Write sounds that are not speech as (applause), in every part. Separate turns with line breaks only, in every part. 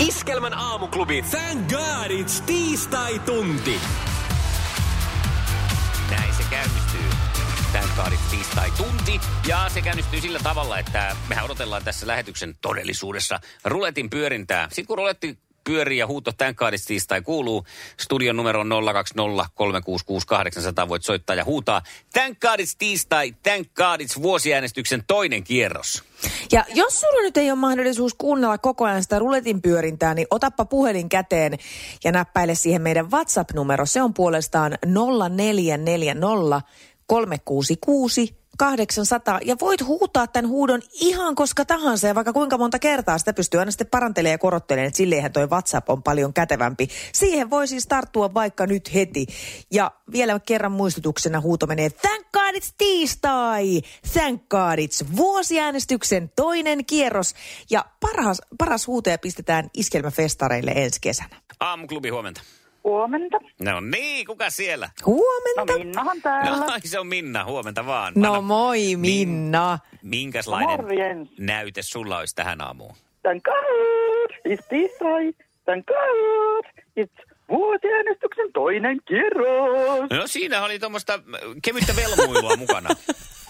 Iskelmän aamuklubi. Thank God it's tiistai-tunti.
Näin se käynnistyy. Tän kaadit tiistai tunti. Ja se käynnistyy sillä tavalla, että mehän odotellaan tässä lähetyksen todellisuudessa ruletin pyörintää. Sitten kun ruletti pyörii ja huuto tän kaadit tiistai kuuluu, studion numero on 020366800. Voit soittaa ja huutaa. Tän kaadit tiistai, tän kaadit vuosiäänestyksen toinen kierros.
Ja jos sulla nyt ei ole mahdollisuus kuunnella koko ajan sitä ruletin pyörintää, niin otappa puhelin käteen ja näppäile siihen meidän WhatsApp-numero. Se on puolestaan 0440 366 800. Ja voit huutaa tämän huudon ihan koska tahansa ja vaikka kuinka monta kertaa sitä pystyy aina sitten parantelemaan ja korottelemaan, että silleenhän toi WhatsApp on paljon kätevämpi. Siihen voi siis tarttua vaikka nyt heti. Ja vielä kerran muistutuksena huuto menee thank god it's tiistai! Thank god it's vuosiäänestyksen toinen kierros. Ja parhas, paras huutoja pistetään iskelmäfestareille ensi kesänä.
Aamuklubi huomenta.
Huomenta.
No niin, kuka siellä?
No
Huomenta!
Minnahan täällä.
No, se on Minna, huomenta vaan.
No
Anna-
moi Minna!
Minkäslainen
Morjens.
näyte sulla olisi tähän aamuun?
Tän kaut, it's tiistai, tän kaut, it's vuosiäänestyksen toinen kierros.
No siinä oli tuommoista kevyttä velmuilua mukana.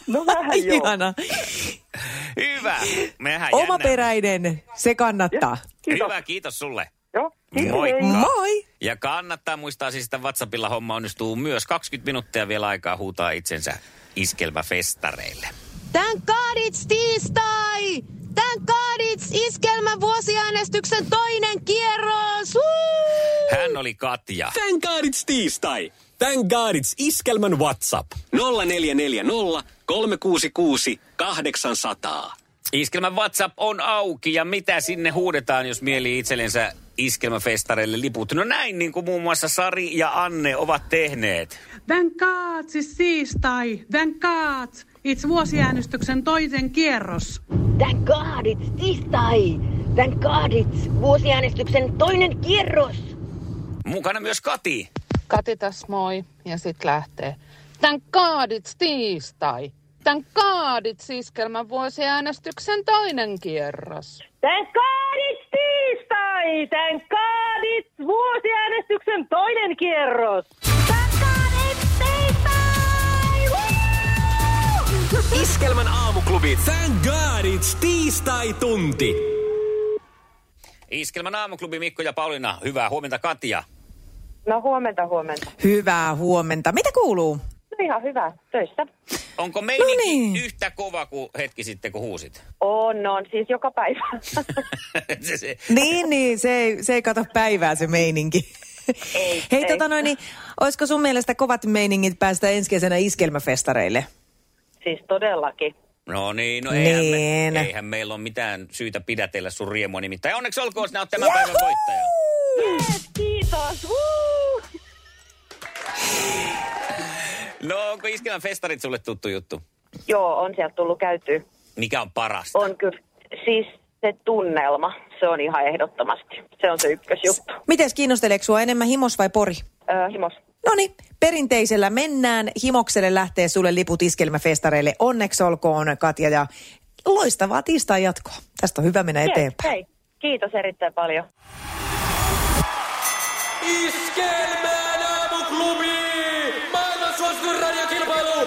No vähän joo.
(laughs) Ihana.
Hyvä. Mehän jännä.
Omaperäinen, se kannattaa.
Kiitos.
Hyvä, kiitos sulle.
Joo. Kiitos.
Moikka.
Moi!
Ja kannattaa muistaa siis, että WhatsAppilla homma onnistuu myös 20 minuuttia vielä aikaa huutaa itsensä iskelmäfestareille.
Thank God it's tiistai! Thank God it's iskelmän vuosiäänestyksen toinen kierros! Woo!
Hän oli Katja.
Thank God it's tiistai. Thank God it's Iskelmän WhatsApp. 0440 366 800.
Iskelmän WhatsApp on auki ja mitä sinne huudetaan, jos mieli itsellensä iskelmäfestareille liput? No näin, niin kuin muun muassa Sari ja Anne ovat tehneet.
Thank God, siis tiistai. Thank God. It's vuosiäänestyksen toisen kierros.
Thank God it's tiistai! Thank God it's vuosiäänestyksen toinen kierros!
Mukana myös Kati.
Kati tässä moi ja sit lähtee. Tän kaadits tiistai. Tän kaadits iskelmän vuosiäänestyksen toinen kierros.
Tän kaadit tiistai! Tän kaadit vuosiäänestyksen toinen kierros!
Iskelmän aamuklubi. Thank God it's tiistai-tunti.
Iskelmän aamuklubi Mikko ja Pauliina, hyvää huomenta Katja.
No huomenta, huomenta.
Hyvää huomenta. Mitä kuuluu?
No ihan hyvä, töissä.
Onko meininki
No niin.
yhtä kova kuin hetki sitten, kun huusit? (laughs)
On, on, siis joka päivä. (laughs)
se, se,
Niin, niin, se ei, se ei kato päivää se meininki. Ei, Hei, ei. tota noin, niin, olisiko sun mielestä kovat meiningit päästä ensi kesänä iskelmäfestareille?
siis todellakin.
no niin, no eihän,
Niin.
me, eihän meillä ole mitään syytä pidätellä sun riemua nimittäin. Onneksi olkoon, sinä oot tämän päivän voittaja.
Kiitos, wuu!
No onko Iskelmän festarit sulle tuttu juttu?
Joo, on sieltä tullut käyty.
Mikä on parasta?
On kyllä, siis se tunnelma, se on ihan ehdottomasti. Se on se ykkösjuttu.
Mites kiinnosteleeko sua enemmän himos vai pori?
Öö, himos.
Noni, perinteisellä mennään. Himokselle lähtee sulle liput iskelmäfestareille. Onneksi olkoon, Katja, ja loistavaa tiistai jatkoa. Tästä on hyvä mennä eteenpäin.
Hei, kiitos erittäin paljon.
Iskelmän aamuklubi! Maailman suosituin radiokilpailu!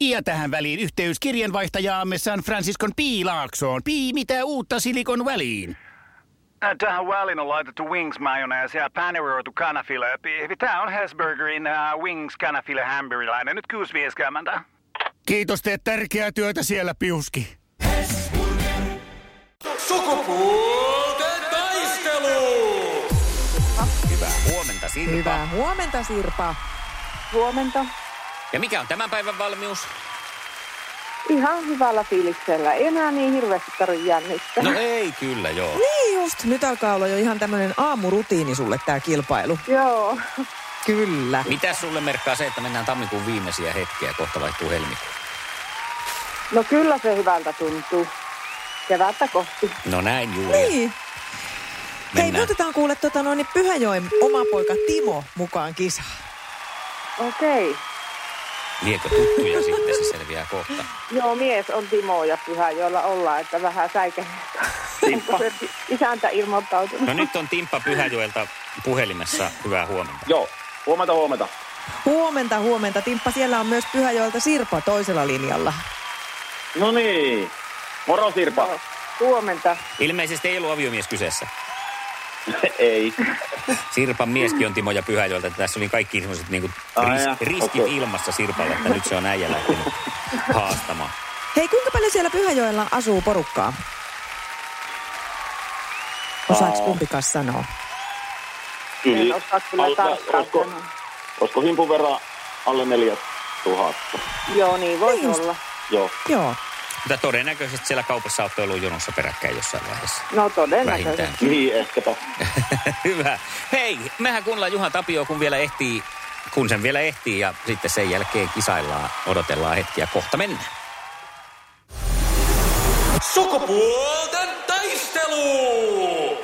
Ja tähän väliin yhteys kirjanvaihtajaamme San Franciscon Piilaaksoon. Pii, mitä uutta Silikon väliin? Ä, Äh, Tähän väliin on laitettu wings mayonnaise ja paneroitu kanafila. Tämä on Hesburgerin uh, wings kanafila hamburilainen. Nyt kuusi vieskäämäntä. Kiitos, teet tärkeää työtä siellä, Piuski.
Sukupuolten taistelu!
Hyvää huomenta Sirpa.
Hyvää huomenta Sirpa.
Huomenta.
Ja mikä on tämän päivän valmius?
Ihan hyvällä fiiliksellä. Ei Enää niin hirveästi tarvitse jännittää.
No ei kyllä, joo.
Niin just, nyt alkaa olla jo ihan tämmöinen aamurutiini sulle tämä kilpailu.
Joo.
Kyllä.
Mitä sulle merkkaa se, että mennään tammikuun viimeisiä hetkiä, kohta vaihtuu helmikuun?
No kyllä se hyvältä tuntuu. Kevättä kohti.
No näin juuri.
Niin. Hei,
Mennään.
me otetaan kuule tota noin, niin Pyhäjoen oma poika Timo mukaan kisaan.
Okei. Okay.
Liekö tuttuja sitten, se selviää kohta.
Joo, mies on Timo ja Pyhä, jolla ollaan, että vähän säikähtää. Onko (laughs) se isäntä ilmoittautunut?
No nyt on Timppa Pyhäjoelta puhelimessa. Hyvää huomenta.
Joo, huomenta, huomenta.
Huomenta, huomenta. Timppa, siellä on myös Pyhäjoelta Sirpa toisella linjalla.
No niin, moro Sirpa.
Huomenta.
Ilmeisesti ei ollut aviomies kyseessä.
Ei.
Sirpan mieskin on Timo ja Pyhäjoelta. että Tässä oli kaikki sellaiset niinku
Ai
ris-
jaa,
riskit
okei.
ilmassa Sirpalle, että nyt se on äijä lähtenyt haastamaan.
Hei, kuinka paljon siellä Pyhäjoella asuu porukkaa? Osaaks kumpikaan sanoa?
Kyllä.
osaa kyllä
Alla-
tarkkaan
Olisiko, olisiko himpun verran alle neljä tuhatta?
Joo, niin voi niin. olla.
Joo.
Joo.
Mutta todennäköisesti siellä kaupassa olette ollut jonossa peräkkäin jossain vaiheessa.
No
Vähintään.
todennäköisesti.
Niin, ehkäpä.
(laughs) Hyvä. Hei, mehän kuunnellaan Juha Tapio, kun vielä ehtii, kun sen vielä ehtii ja sitten sen jälkeen kisaillaan, odotellaan hetkiä, kohta mennään.
Sukupuolten taistelu!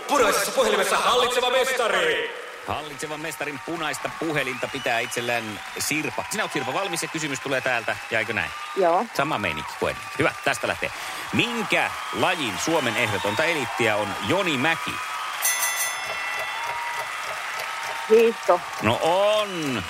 Punaisessa puhelimessa hallitseva mestari.
Hallitsevan mestarin punaista puhelinta pitää itsellään Sirpa. Sinä olet Sirpa valmis ja kysymys tulee täältä, ja eikö näin?
Joo.
Sama meininki kuin ennen. Hyvä, tästä lähtee. Minkä lajin Suomen ehdotonta eliittiä on Joni Mäki?
Hiihto.
No on!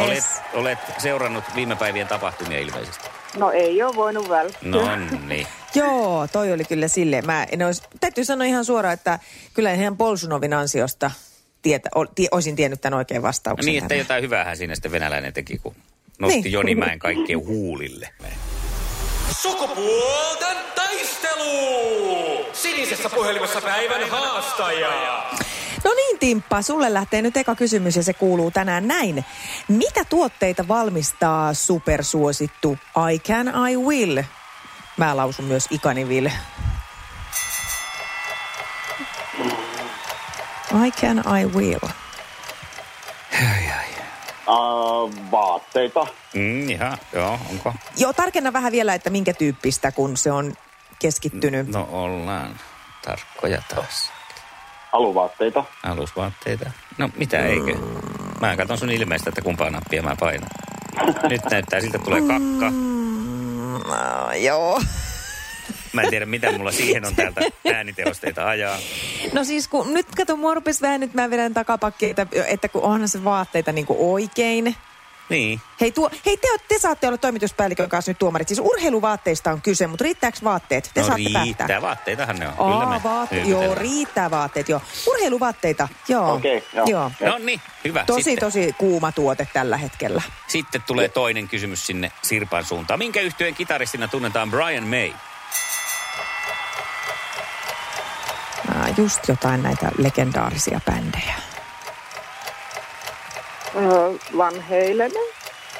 Olet,
Yes.
olet seurannut viime päivien tapahtumia ilmeisesti.
No ei ole voinut välttää.
No niin.
Joo, toi oli kyllä silleen. Mä en ois, täytyy sanoa ihan suoraan, että kyllä ihan Polsunovin ansiosta tietä, ol, tie, olisin tiennyt tämän oikein vastauksen.
Niin, että
tänne.
jotain hyväähän siinä sitten venäläinen teki, kun nosti
Niin.
Joni Mäen kaikkien huulille.
Sukupuolten taistelu! Sinisessä puhelimessa päivän haastaja.
No niin, Timppa, sulle lähtee nyt eka kysymys ja se kuuluu tänään näin. Mitä tuotteita valmistaa supersuosittu I Can I Will? Mä lausun myös Ikani Will. I Can I Will.
Uh, vaatteita.
Mm, ihan, joo, onko?
Joo, tarkenna vähän vielä, että minkä tyyppistä, kun se on keskittynyt.
No ollaan tarkkoja taas.
Aluvaatteita.
Alusvaatteita. No mitä eikö? Mä katson sun ilmeistä, että kumpaa nappia mä painan. Nyt näyttää siltä tulee kakka.
Mm, äh, joo.
Mä en tiedä, mitä mulla siihen on täältä äänitehosteita ajaa.
No siis kun nyt kato, mua rupesi vähän, nyt mä vedän takapakki, että, että kun onhan se vaatteita niin kuin oikein.
Niin.
Hei, tuo, hei te, te, saatte olla toimituspäällikön kanssa nyt tuomarit. Siis urheiluvaatteista on kyse, mutta riittääkö vaatteet? Te
no
saatte
riittää,
päättää.
vaatteitahan ne on. Kyllä me
Aa, vaate, joo,
hyvytellään.
riittää vaatteet, joo. Urheiluvaatteita, joo.
Okei, joo.
No niin, hyvä.
Tosi,
sitten.
tosi kuuma tuote tällä hetkellä.
Sitten tulee toinen kysymys sinne Sirpan suuntaan. Minkä yhtyeen kitaristina tunnetaan Brian May?
Aa, just jotain näitä legendaarisia bändejä.
Öö, Vanheilenen.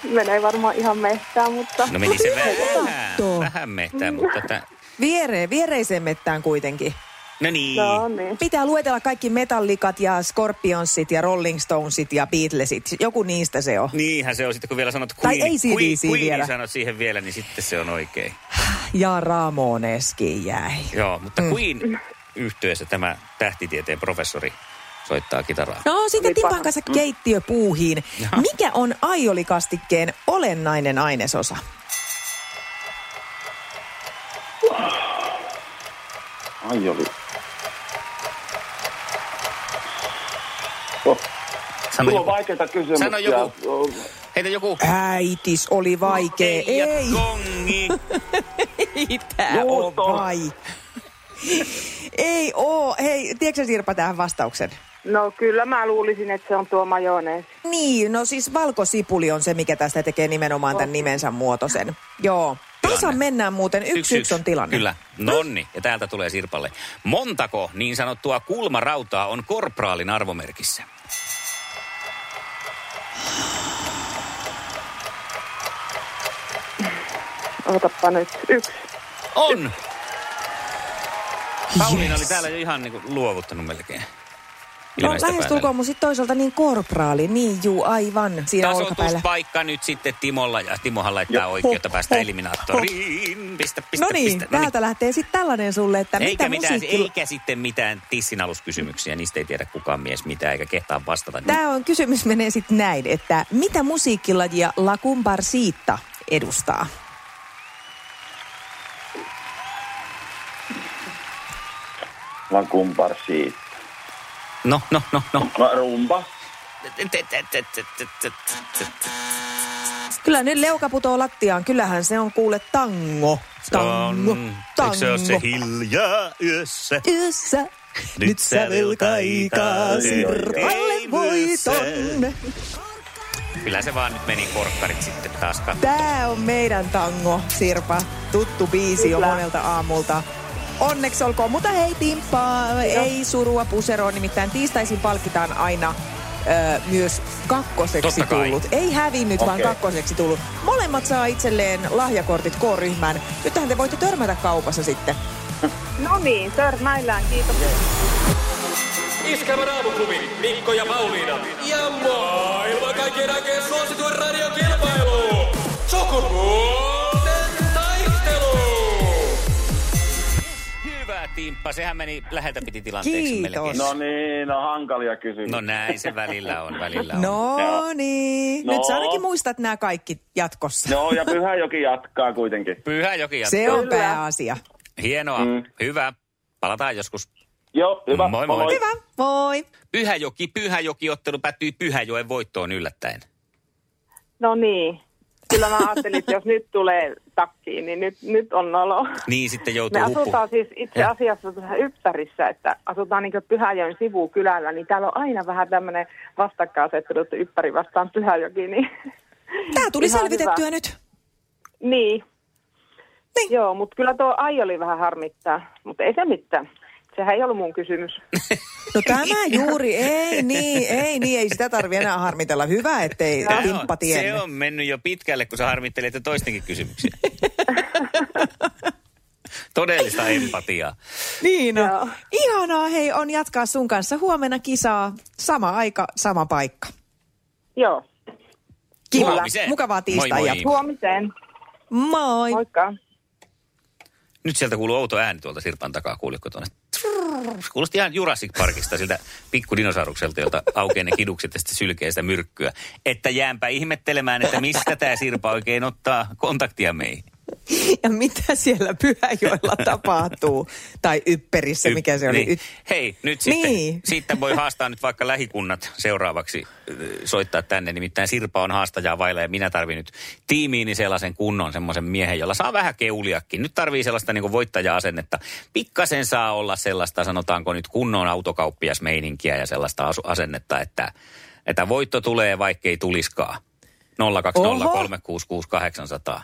Menee varmaan ihan mehtään, mutta...
No meni se
Totta.
vähän, vähän mehtää, mutta tä...
Viereen, viereiseen mettään kuitenkin.
No niin.
No niin.
Pitää luetella kaikki metallikat ja Scorpionsit ja Rolling Stonesit ja Beatlesit. Joku niistä se on.
Niinhän se on sitten, kun vielä sanot
Tai
Queen,
ei siinä
Queen,
siinä
Queen
vielä.
sanot siihen vielä, niin sitten se on oikein.
Ja Ramoneskin jäi.
Joo, mutta
Mm.
Queen yhtyeessä tämä tähtitieteen professori soittaa kitaraa.
No sitten
Olipa.
Timpan kanssa keittiöpuuhiin. Mikä on aiolikastikkeen olennainen ainesosa?
Ai oli. Oh.
Sano
Tuo
joku.
on vaikeita kysymyksiä.
Sano joku. Heitä joku.
Äitis oli vaikea.
ja
No, Ei, (laughs)
kongi.
ei tää
Juusto.
on vai. Ei oo. Hei, tiedätkö sä, Sirpa tähän vastauksen?
No kyllä mä luulisin, että se on tuo majoneesi.
Niin, no siis valkosipuli on se, mikä tästä tekee nimenomaan tämän nimensä muotoisen. Joo. Tasa mennään muuten. Yksi, yksi, yksi on tilanne.
Kyllä. Nonni. Ja täältä tulee Sirpalle. Montako niin sanottua kulmarautaa on korpraalin arvomerkissä?
Otappa nyt. Yksi.
On! Pauliina
Yes.
oli täällä jo ihan niin kuin luovuttanut melkein.
No
Ilmeistä päätellen.
lähestulkoon mun sit toisaalta niin korpraali. Niin juu, aivan. Siinä olkapäällä.
Tasoituspaikka nyt sitten Timolla. Ja Timohan laittaa
Joo.
oikeutta päästä
Ho, ho,
eliminaattoriin. Pistä, pistä,
No niin,
pistä. No niin.
täältä lähtee sitten tällainen sulle, että
Eikä,
mitä
mitään,
musiikki...
eikä sitten mitään tissin aluskysymyksiä. Niistä ei tiedä kukaan mies mitään eikä kehtaa vastata.
Tämä on kysymys menee sitten näin, että mitä musiikkilajia La Comparsiitta edustaa?
Mä kumpar siitä.
No, no, no, no.
no rumba.
Kyllä nyt leuka putoo lattiaan. Kyllähän se on kuule tango. Tango, tango.
Eikö se ole se hiljaa yössä?
Yössä.
Nyt sä velkaikaa
Sirvalle voiton.
Kyllä se vaan nyt meni korkkarit sitten taas katsomaan.
Tää on meidän tango, Sirpa. Tuttu biisi jo
Kyllä.
monelta aamulta. Onneksi olkoon, mutta hei Timppa, ei surua puseroon, nimittäin tiistaisin palkitaan aina ö, myös kakkoseksi
Totta kai.
tullut. Ei hävinnyt, vaan
Okei.
kakkoseksi tullut. Molemmat saa itselleen lahjakortit K-ryhmään. Nythän te voitte törmätä kaupassa sitten.
No niin, törmäillään. Kiitos.
Iskelmän aamuklubi, Mikko ja Pauliina. Ja maailman kaikkien aikeen suosituen radiokilpailu. Sukupuolten taistelu.
Hyvä Timppa, sehän meni läheltä piti tilanteeksi melkein.
No niin, no hankalia kysymyksiä.
No näin se välillä on, välillä on.
No niin, nyt
No.
sä ainakin muistat nämä kaikki jatkossa.
No,
Joo, No, ja Pyhäjoki jatkaa kuitenkin.
Pyhäjoki jatkaa.
Se on pääasia.
Hienoa, mm. hyvä. Palataan joskus.
Joo, hyvä.
Moi moi.
Hyvä, moi.
Pyhäjoki, Pyhäjoki ottelu päättyi Pyhäjoen voittoon yllättäen.
No niin. Kyllä mä ajattelin, että jos nyt tulee takkiin, niin nyt, nyt on nolo.
Niin sitten
Me
joutuu huppu.
asutaan siis itse
Joo.
asiassa tässä yppärissä, että asutaan niin Pyhäjoen sivukylällä, niin täällä on aina vähän tämmöinen vastakkainasettelu, että yppäri vastaan Pyhäjoki, niin...
(laughs) Tää tuli
Ihan
selvitettyä
hyvä.
nyt.
Niin. niin. Joo, mutta kyllä tuo ai oli vähän harmittaa, mutta ei se mitään. Sehän ei ollut mun kysymys.
No tämä juuri, ei niin, ei niin, ei sitä tarvi enää harmitella. Hyvä, ettei
Tää
timppa
on, se
tiennyt.
on mennyt jo pitkälle, kun sä harmittelet jo toistenkin
(laughs)
kysymyksiä. Todellista empatiaa.
Niina. Niin Ihanaa, hei, on jatkaa sun kanssa huomenna kisaa. Sama aika, sama paikka.
Joo.
Kiva,
Huomiseen.
mukavaa
Moi, moi.
tiistai jatkoa.
Huomiseen.
Moi.
Moikka.
Nyt sieltä kuuluu outo ääni tuolta Sirpan takaa, kuulitko tuonne? Se Kuulosti ihan Jurassic Parkista, siltä pikkudinosaurukselta, jolta aukeaa ne kidukset ja sitten sylkee sitä myrkkyä. Että jäänpä ihmettelemään, että mistä tämä Sirpa oikein ottaa kontaktia meihin.
Ja mitä siellä Pyhäjoella tapahtuu? Tai Ypperissä, mikä se oli?
Niin.
Yt-
Hei, nyt
Niin.
sitten, siitä voi haastaa nyt vaikka lähikunnat seuraavaksi äh, soittaa tänne. Nimittäin Sirpa on haastajaa vailla ja minä tarvin nyt tiimiini sellaisen kunnon semmoisen miehen, jolla saa vähän keuliakin. Nyt tarvii sellaista niin voittaja-asennetta. Pikkasen saa olla sellaista, sanotaanko nyt kunnon autokauppiasmeininkiä ja sellaista asu- asennetta, että, että voitto tulee, vaikkei tuliskaan. 020366800.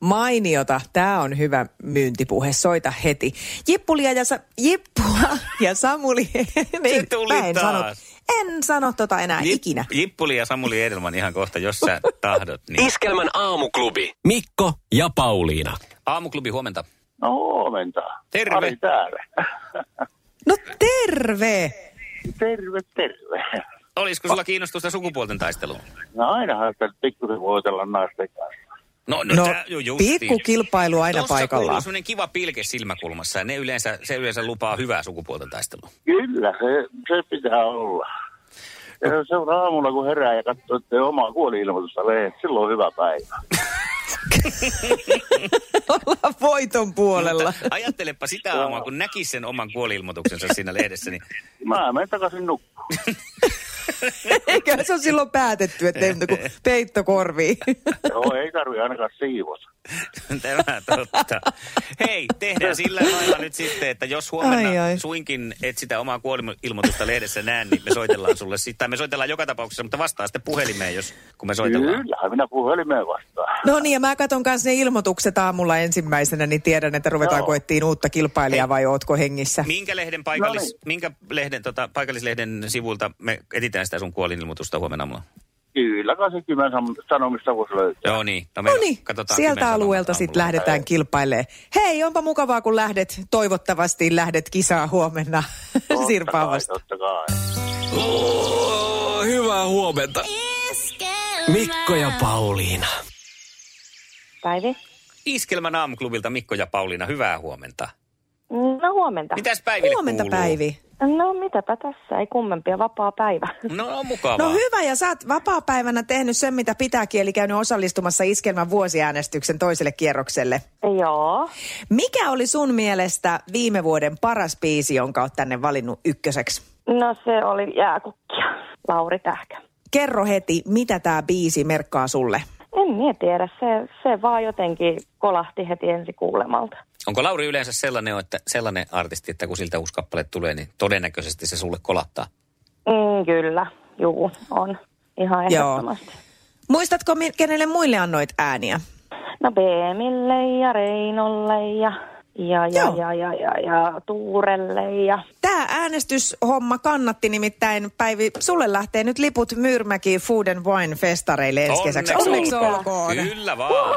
Mainiota, tämä on hyvä myyntipuhe, soita heti. Jippulia ja, sa- Jippua ja Samuli, (laughs) niin,
tuli
mä en, sano,
taas.
en sano tota enää
Jip-
ikinä.
Jippuli ja Samuli Edelman ihan kohta, jos sä tahdot. Niin.
Iskelmän aamuklubi.
Mikko ja Pauliina.
Aamuklubi, huomenta.
No huomenta.
Terve.
Ari täällä.
No terve!
Terve, terve.
Olisiko sulla kiinnostusta sukupuolten taisteluun?
No ainahan sitä nyt pikkusen voitella naisten kanssa.
No,
No, pikkukilpailu aina
Tossa
paikallaan.
kuuluu semmoinen kiva pilke silmäkulmassa ja ne yleensä, se yleensä lupaa hyvää sukupuolten taistelua.
Kyllä, se, se pitää olla. Ja seuraa aamulla, kun herää ja katsoo, että ei omaa kuoli-ilmoitusta lehdet, silloin on hyvä päivä.
Ollaan voiton puolella.
Ajattelepa sitä aamua, kun näkisi sen oman kuoli siinä lehdessä, niin (laughs)
Mä menen takaisin nukkumaan.
Eikä se on silloin päätetty, että ei muuta kuin peitto korviin.
Joo, ei tarvi ainakaan siivota.
Tämä totta. Hei, tehdään sillä lailla nyt sitten, että jos huomenna
Ai,
ai,
ai.
ai. suinkin et sitä omaa kuolemanilmoitusta lehdessä näe, niin me soitellaan sulle sitten. Tai me soitellaan joka tapauksessa, mutta vastaa sitten puhelimeen, jos, kun me soitellaan.
Kyllähän minä puhelimeen vastaan.
No niin, ja mä katson kanssa ne ilmoitukset aamulla ensimmäisenä, niin tiedän, että ruvetaan
Joo.
koettiin uutta kilpailijaa vai ootko hengissä.
Minkä lehden,
No
paikallis,
niin.
minkä lehden tota, paikallislehden sivulta me etitään sitä sun kuolinilmoitusta huomenna aamulla?
Kyllä, kai se Kymen Sam- sanomista voisi löytää.
Joo niin. No, me
No niin,
katsotaan
sieltä
Kymen
alueelta
Sanomat
sitten
aamulla.
lähdetään kilpailemaan. Hei, onpa mukavaa, kun lähdet, toivottavasti lähdet kisaa huomenna Sirpaa vastaan.
Totta kai.
Oh, hyvää huomenta. Mikko ja Pauliina.
Päivi. Iskelmän aamuklubilta Mikko ja Pauliina, hyvää huomenta.
No huomenta.
Mitäs Päiville Huomenta, kuuluu? Päivi.
No mitäpä tässä, ei kummempia, vapaa päivä. (laughs)
No on mukavaa.
No hyvä, ja sä oot vapaa-päivänä tehnyt sen, mitä pitääkin, eli käynyt osallistumassa iskelmän vuosiäänestyksen toiselle kierrokselle.
Joo.
Mikä oli sun mielestä viime vuoden paras biisi, jonka oot tänne valinnut ykköseksi?
No se oli jääkukkia, Lauri Tähkä.
Kerro heti, mitä tämä biisi merkkaa sulle?
En minä tiedä, se, se vaan jotenkin kolahti heti ensi kuulemalta.
Onko Lauri yleensä sellainen, että sellainen artisti, että kun siltä uusi kappale tulee, niin todennäköisesti se sulle kolattaa?
Mm, kyllä, juu, on. Ihan
Joo.
ehdottomasti.
Muistatko, mi- kenelle muille annoit ääniä?
No Beemille ja Reinolle ja, ja, ja,
Joo.
ja, ja, ja, ja Tuurelle ja... (laughs)
Tämä äänestyshomma kannatti nimittäin, Päivi, sulle lähtee nyt liput Myyrmäki Food and Wine festareille ensi kesäksi. Onneksi olkoon.
Kyllä vaan.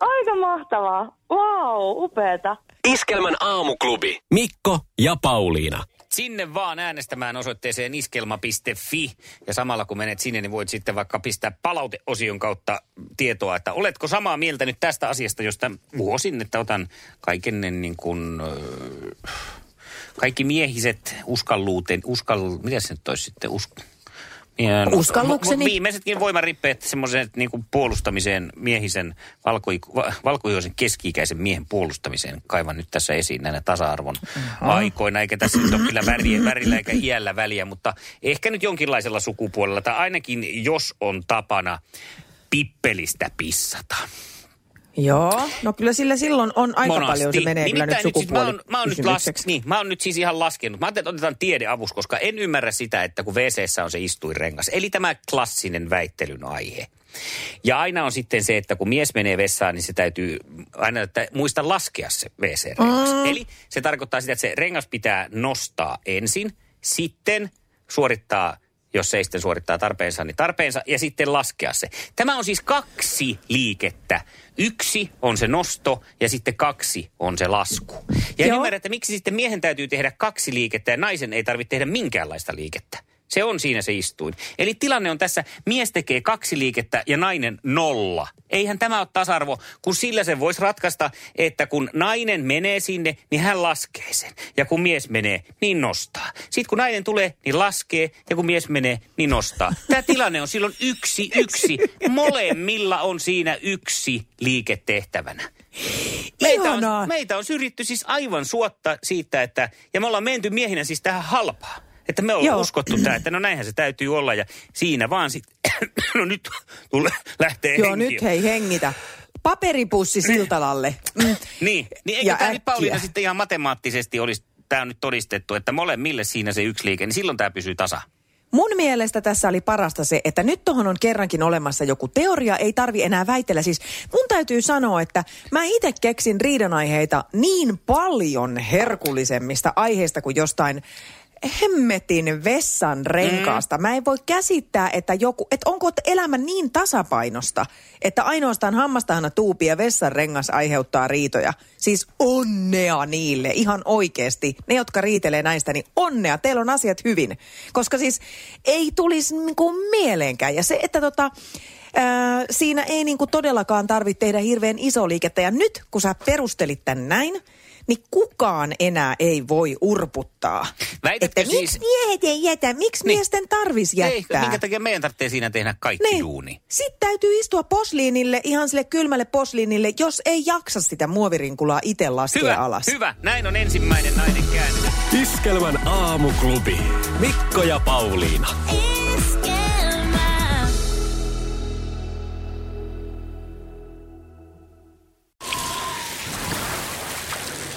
Aika mahtavaa. Wow, upeeta.
Iskelmän aamuklubi. Mikko ja Pauliina.
Sinne vaan äänestämään osoitteeseen iskelma.fi. Ja samalla kun menet sinne, niin voit sitten vaikka pistää palauteosion kautta tietoa, että oletko samaa mieltä nyt tästä asiasta, josta vuosin, että otan kaiken ne niin kuin, ö, kaikki miehiset uskalluuteen, uskal, mitä se nyt olisi sitten, usk, Mie- no,
Uskallukseni?
mu- mu- Viimeisetkin voimarippeet semmoisen niin kuin puolustamiseen miehisen, valkoik- va- valkoihoisen keski-ikäisen miehen puolustamiseen kaivan nyt tässä esiin näinä tasa-arvon aikoina. Eikä tässä nyt ole kyllä väriä, värillä eikä iällä väliä, mutta ehkä nyt jonkinlaisella sukupuolella. Tai ainakin jos on tapana pippelistä pissata.
Joo, no kyllä sillä silloin on aika
Monasti.
paljon, se menee kyllä nyt
Nimittäin nyt siis mä
sukupuoli.
oon, mä, oon nyt las, niin, mä oon nyt siis ihan laskenut. Mä ajattelin, että otetaan tiedeavus, koska en ymmärrä sitä, että kun wc on se istuinrengas. Eli tämä klassinen väittelyn aihe. Ja aina on sitten se, että kun mies menee vessaan, niin se täytyy aina että muista laskea se wc-rengas.
Mm.
Eli se tarkoittaa sitä, että se rengas pitää nostaa ensin, sitten suorittaa, jos ei sitten suorittaa tarpeensa, niin tarpeensa, ja sitten laskea se. Tämä on siis kaksi liikettä. Yksi on se nosto ja sitten kaksi on se lasku. Ja en ymmärrä, että miksi sitten miehen täytyy tehdä kaksi liikettä ja naisen ei tarvitse tehdä minkäänlaista liikettä. Se on siinä se istuin. Eli tilanne on tässä, mies tekee kaksi liikettä ja nainen nolla. Eihän tämä ole tasa-arvo, kun sillä sen voisi ratkaista, että kun nainen menee sinne, niin hän laskee sen. Ja kun mies menee, niin nostaa. Sitten kun nainen tulee, niin laskee. Ja kun mies menee, niin nostaa. Tämä tilanne on silloin yksi yksi. Molemmilla on siinä yksi liike tehtävänä. Meitä on, meitä on syrjitty siis aivan suotta siitä, että, ja me ollaan menty miehinä siis tähän halpaan. Että me ollaan
Joo.
uskottu tämä, että no näinhän se täytyy olla ja siinä vaan sitten, (coughs) no nyt tule, lähtee
Joo,
henki.
nyt hei, hengitä. Paperipussi Siltalalle. Mm.
Niin, niin
Ja
eikö tämä nyt
äkkiä.
Pauliina sitten ihan matemaattisesti olisi, tämä on nyt todistettu, että molemmille siinä se yksi liike, niin silloin tämä pysyy tasa.
Mun mielestä tässä oli parasta se, että nyt tohon on kerrankin olemassa joku teoria, ei tarvi enää väitellä. Siis mun täytyy sanoa, että mä itse keksin riidanaiheita niin paljon herkullisemmista aiheista kuin jostain hemmetin vessan renkaasta. Mä en voi käsittää, että joku, että onko elämä niin tasapainosta, että ainoastaan hammastahana tuupi ja vessan rengas aiheuttaa riitoja. Siis onnea niille, ihan oikeasti. Ne, jotka riitelee näistä, niin onnea, teillä on asiat hyvin. Koska siis ei tulisi niinku mieleenkään. Ja se, että tota, ää, siinä ei niinku todellakaan tarvitse tehdä hirveän iso liikettä. Ja nyt, kun sä perustelit tän näin, niin kukaan enää ei voi urputtaa.
Väitätkö
että
siis-
miksi miehet ei jätä, miksi niin. miesten tarvis jättää?
Ei, minkä takia meidän tarvitsee siinä tehdä kaikki
Niin.
duuni?
Sitten täytyy istua posliinille, ihan sille kylmälle posliinille, jos ei jaksa sitä muovirinkulaa itse laskea
Hyvä,
alas.
hyvä. Näin on ensimmäinen nainen käännyt.
Iskelmän aamuklubi. Mikko ja Pauliina.